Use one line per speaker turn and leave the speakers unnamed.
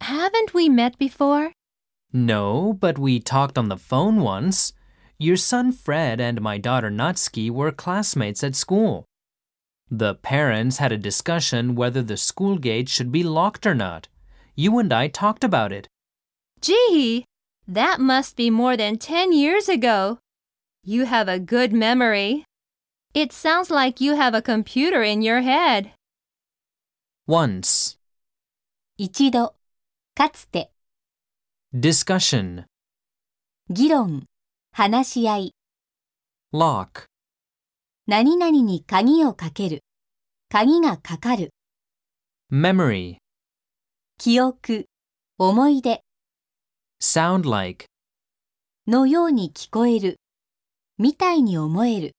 Haven't we met before?
No, but we talked on the phone once. Your son Fred and my daughter Natsuki were classmates at school. The parents had a discussion whether the school gate should be locked or not. You and I talked about it.
Gee, that must be more than 10 years ago. You have a good memory. It sounds like you have a computer in your head.
Once.
一度、かつて、
Discussion.
議論、話し合い、
Lock.
何々に鍵をかける、鍵がかかる、
Memory.
記憶、思い出
Sound like.
のように聞こえる、みたいに思える。